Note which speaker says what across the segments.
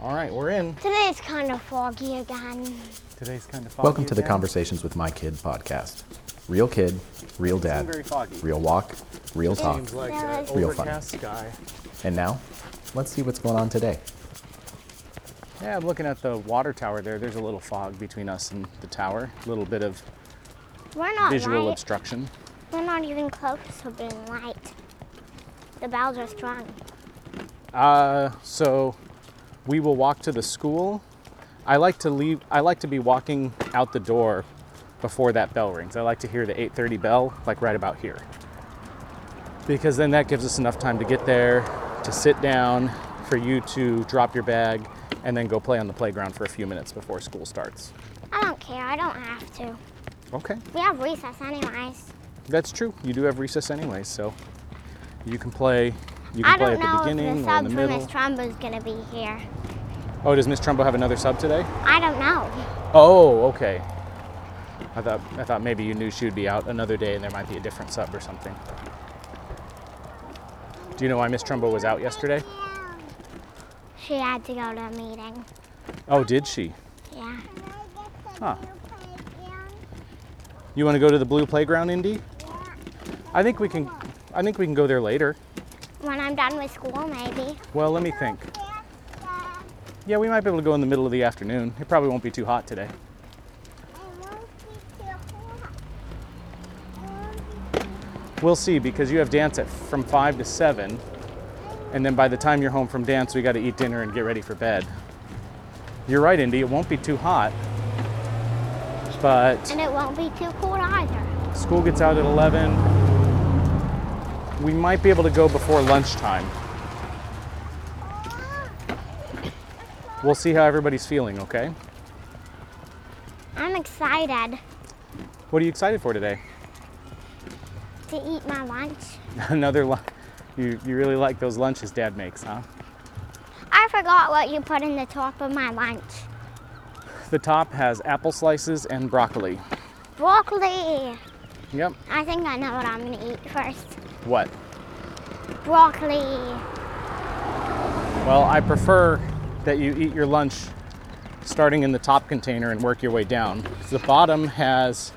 Speaker 1: All right, we're in.
Speaker 2: Today it's kind of foggy again.
Speaker 1: Today's kind of foggy.
Speaker 3: Welcome to the
Speaker 1: again.
Speaker 3: Conversations with My Kid podcast. Real kid, real
Speaker 1: Isn't
Speaker 3: dad,
Speaker 1: very foggy.
Speaker 3: real walk, real talk.
Speaker 1: Seems like
Speaker 2: Yeah,
Speaker 1: an
Speaker 2: it's-
Speaker 3: Real funny.
Speaker 1: overcast sky.
Speaker 3: And now, let's see what's going on today.
Speaker 1: Yeah, I'm looking at the water tower there. There's a little fog between us and the tower. A little bit of
Speaker 2: We're not
Speaker 1: visual
Speaker 2: light.
Speaker 1: obstruction.
Speaker 2: We're not even close to being light. The bells are strong.
Speaker 1: Uh, so we will walk to the school. I like to leave. I like to be walking out the door before that bell rings. I like to hear the 8:30 bell, like right about here, because then that gives us enough time to get there, to sit down, for you to drop your bag, and then go play on the playground for a few minutes before school starts.
Speaker 2: I don't care. I don't have to.
Speaker 1: Okay,
Speaker 2: We have recess anyways.
Speaker 1: that's true. You do have recess anyway, so you can play. You can
Speaker 2: I
Speaker 1: play
Speaker 2: don't
Speaker 1: at the
Speaker 2: know if the
Speaker 1: beginning or in
Speaker 2: sub
Speaker 1: the
Speaker 2: from
Speaker 1: middle.
Speaker 2: Miss Trumbo's gonna be here.
Speaker 1: oh, does Miss Trumbo have another sub today?
Speaker 2: I don't know.
Speaker 1: Oh, okay. I thought I thought maybe you knew she would be out another day and there might be a different sub or something. Do you know why Miss Trumbo was out yesterday?
Speaker 2: She had to go to a meeting.
Speaker 1: Oh, did she?
Speaker 2: Yeah.
Speaker 1: Huh. You want to go to the blue playground, Indy? I think we can I think we can go there later.
Speaker 2: When I'm done with school, maybe.
Speaker 1: Well, let me think. Yeah, we might be able to go in the middle of the afternoon. It probably won't be too hot today. We'll see because you have dance at from 5 to 7. And then by the time you're home from dance, we got to eat dinner and get ready for bed. You're right, Indy, it won't be too hot. But
Speaker 2: And it won't be too cold either.
Speaker 1: school gets out at 11. We might be able to go before lunchtime. We'll see how everybody's feeling, okay?
Speaker 2: I'm excited
Speaker 1: What are you excited for today?
Speaker 2: to eat my lunch.
Speaker 1: Another lunch. You, you really like those lunches dad makes, huh?
Speaker 2: I forgot what you put in the top of my lunch.
Speaker 1: The top has apple slices and broccoli.
Speaker 2: Broccoli.
Speaker 1: Yep.
Speaker 2: I think I know what I'm gonna eat first.
Speaker 1: What?
Speaker 2: Broccoli.
Speaker 1: Well, I prefer that you eat your lunch starting in the top container and work your way down. The bottom has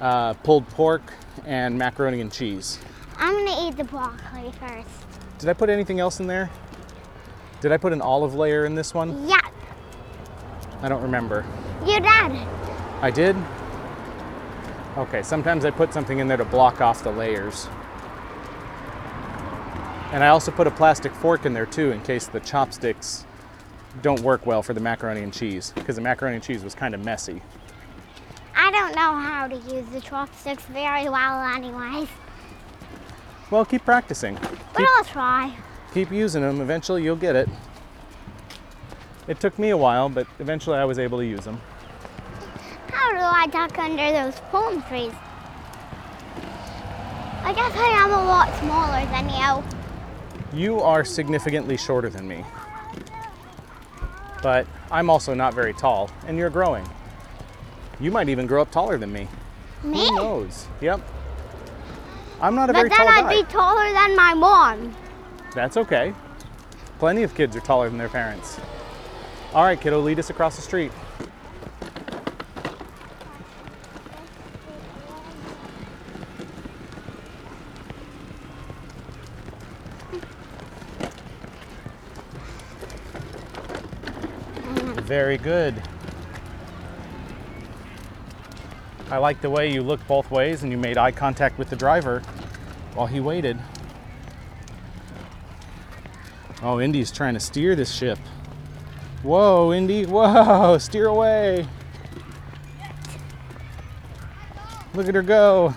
Speaker 1: uh, pulled pork and macaroni and cheese.
Speaker 2: I'm gonna eat the broccoli first.
Speaker 1: Did I put anything else in there? Did I put an olive layer in this one?
Speaker 2: Yeah,
Speaker 1: I don't remember.
Speaker 2: you did.
Speaker 1: I did? Okay, sometimes I put something in there to block off the layers. And I also put a plastic fork in there too in case the chopsticks don't work well for the macaroni and cheese because the macaroni and cheese was kind of messy.
Speaker 2: I don't know how to use the chopsticks very well, anyways,
Speaker 1: Well, keep practicing.
Speaker 2: but I'll try.
Speaker 1: Keep using them. Eventually, you'll get it. It took me a while, but eventually I was able to use them.
Speaker 2: How do I duck under those palm trees? I guess I am a lot smaller than you.
Speaker 1: You are significantly shorter than me. But I'm also not very tall, and you're growing. You might even grow up taller than me.
Speaker 2: Me?
Speaker 1: Who knows? Yep. I'm not a
Speaker 2: But
Speaker 1: very
Speaker 2: then
Speaker 1: tall
Speaker 2: I'd
Speaker 1: guy.
Speaker 2: be taller than my mom.
Speaker 1: That's okay. Plenty of kids are taller than their parents. All right, kiddo, lead us across the street. Very good. I like the way you looked both ways and you made eye contact with the driver while he waited. Oh, Indy's trying to steer this ship. Whoa, Indy. Whoa, steer away. Look at her go.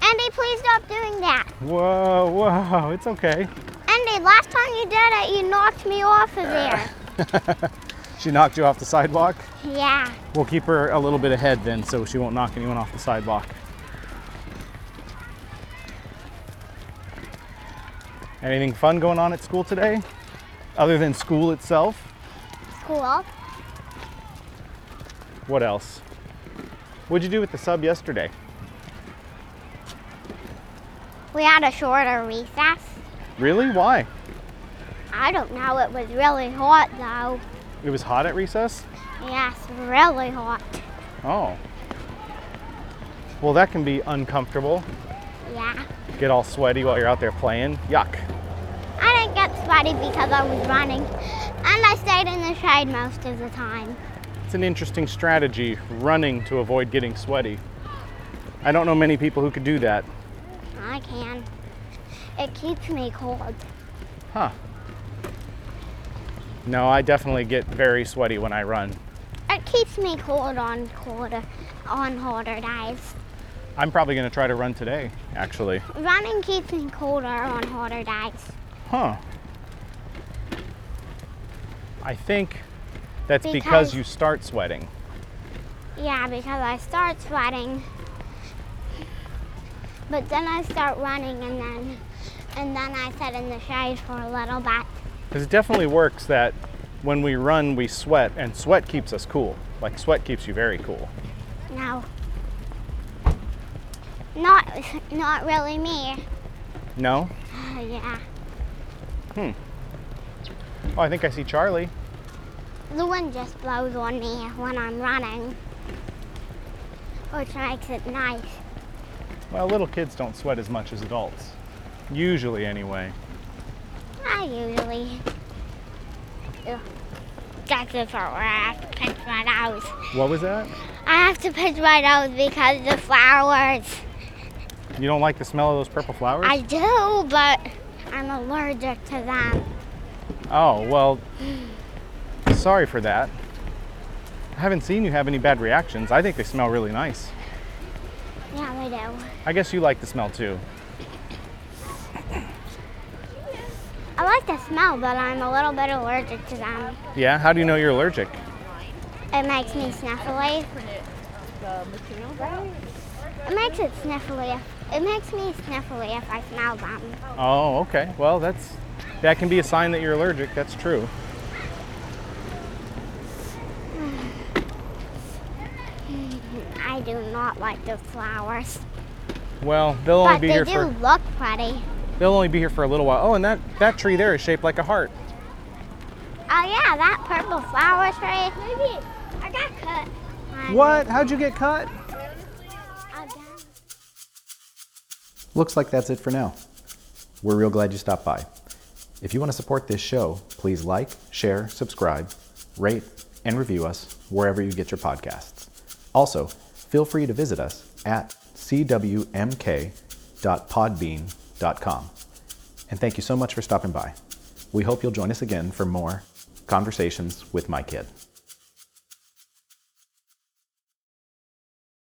Speaker 2: Andy, please stop doing that.
Speaker 1: Whoa, whoa. It's okay.
Speaker 2: Andy, last time you did it, you knocked me off of there.
Speaker 1: She knocked you off the sidewalk.
Speaker 2: Yeah.
Speaker 1: We'll keep her a little bit ahead then so she won't knock anyone off the sidewalk. Anything fun going on at school today? Other than school itself?
Speaker 2: School.
Speaker 1: What else? What'd you do with the sub yesterday?
Speaker 2: We had a shorter recess.
Speaker 1: Really? Why?
Speaker 2: I don't know. It was really hot though.
Speaker 1: It was hot at recess?
Speaker 2: Yes, really hot.
Speaker 1: Oh. Well, that can be uncomfortable.
Speaker 2: Yeah.
Speaker 1: Get all sweaty while you're out there playing. Yuck.
Speaker 2: I didn't get sweaty because I was running, and I stayed in the shade most of the time.
Speaker 1: It's an interesting strategy, running to avoid getting sweaty. I don't know many people who could do that.
Speaker 2: I can. It keeps me cold.
Speaker 1: Huh. No, I definitely get very sweaty when I run.
Speaker 2: It keeps me cold on colder, on hotter days.
Speaker 1: I'm probably going to try to run today, actually.
Speaker 2: Running keeps me colder on hotter days
Speaker 1: Huh. I think that's because,
Speaker 2: Because-
Speaker 1: you start sweating.
Speaker 2: Yeah, because I start sweating, but then I start running, and then and then I sit in the shade for a little bit.
Speaker 1: Because it definitely works that when we run, we sweat, and sweat keeps us cool. Like, sweat keeps you very cool.
Speaker 2: No, not not really me.
Speaker 1: No?
Speaker 2: yeah,
Speaker 1: Oh, I think I see Charlie.
Speaker 2: the wind just blows on me when I'm running, which makes it nice.
Speaker 1: Well, little kids don't sweat as much as adults. Usually, anyway.
Speaker 2: I usually. Ugh. That's it for where I have to pinch my nose.
Speaker 1: What was that?
Speaker 2: I have to pinch my nose because the flowers.
Speaker 1: You don't like the smell of those purple flowers?
Speaker 2: I do, but I'm allergic to them.
Speaker 1: Oh, well, sorry for that. I haven't seen you have any bad reactions. I think they smell really nice.
Speaker 2: Yeah, I do.
Speaker 1: I guess you like the smell too.
Speaker 2: I like the smell, but I'm a little bit allergic to them.
Speaker 1: Yeah? How do you know you're allergic?
Speaker 2: It makes me sniffly. It makes it sniffly. If, it makes me sniffly if I smell them.
Speaker 1: Oh, okay. Well, that's that can be a sign that you're allergic. That's true.
Speaker 2: I do not like the flowers,
Speaker 1: Well, they'll only
Speaker 2: but
Speaker 1: be
Speaker 2: they
Speaker 1: here
Speaker 2: do
Speaker 1: for
Speaker 2: look pretty.
Speaker 1: they'll only be here for a little while. Oh, and that that tree there is shaped like a heart.
Speaker 2: Oh yeah, that purple flower tree. Maybe I got cut.
Speaker 1: What? How'd you get cut?
Speaker 3: Looks like that's it for now. We're real glad you stopped by. If you want to support this show, please like, share, subscribe, rate, and review us wherever you get your podcasts. Also, feel free to visit us at cwmk.podbean.com. And thank you so much for stopping by. We hope you'll join us again for more conversations with my kid.